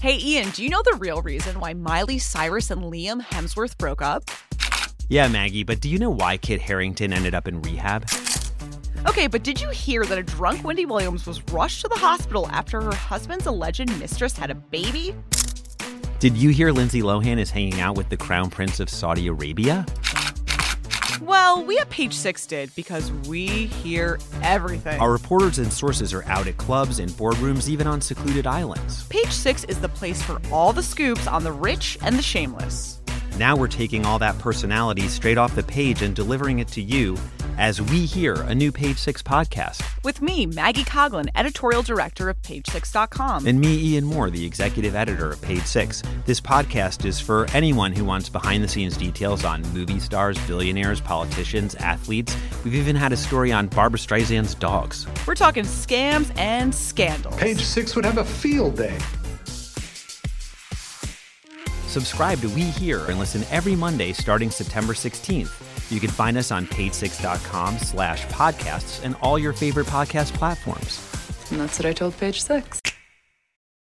Hey, Ian, do you know the real reason why Miley Cyrus and Liam Hemsworth broke up? Yeah, Maggie, but do you know why Kit Harrington ended up in rehab? Okay, but did you hear that a drunk Wendy Williams was rushed to the hospital after her husband's alleged mistress had a baby? Did you hear Lindsay Lohan is hanging out with the Crown Prince of Saudi Arabia? Well, we at Page Six did because we hear everything. Our reporters and sources are out at clubs and boardrooms, even on secluded islands. Page Six is the place for all the scoops on the rich and the shameless. Now we're taking all that personality straight off the page and delivering it to you as we hear a new Page Six podcast. With me, Maggie Coglin, editorial director of PageSix.com. And me, Ian Moore, the executive editor of Page Six. This podcast is for anyone who wants behind the scenes details on movie stars, billionaires, politicians, athletes. We've even had a story on Barbara Streisand's dogs. We're talking scams and scandals. Page Six would have a field day. Subscribe to We Here and listen every Monday starting September 16th. You can find us on page6.com slash podcasts and all your favorite podcast platforms. And that's what I told Page Six.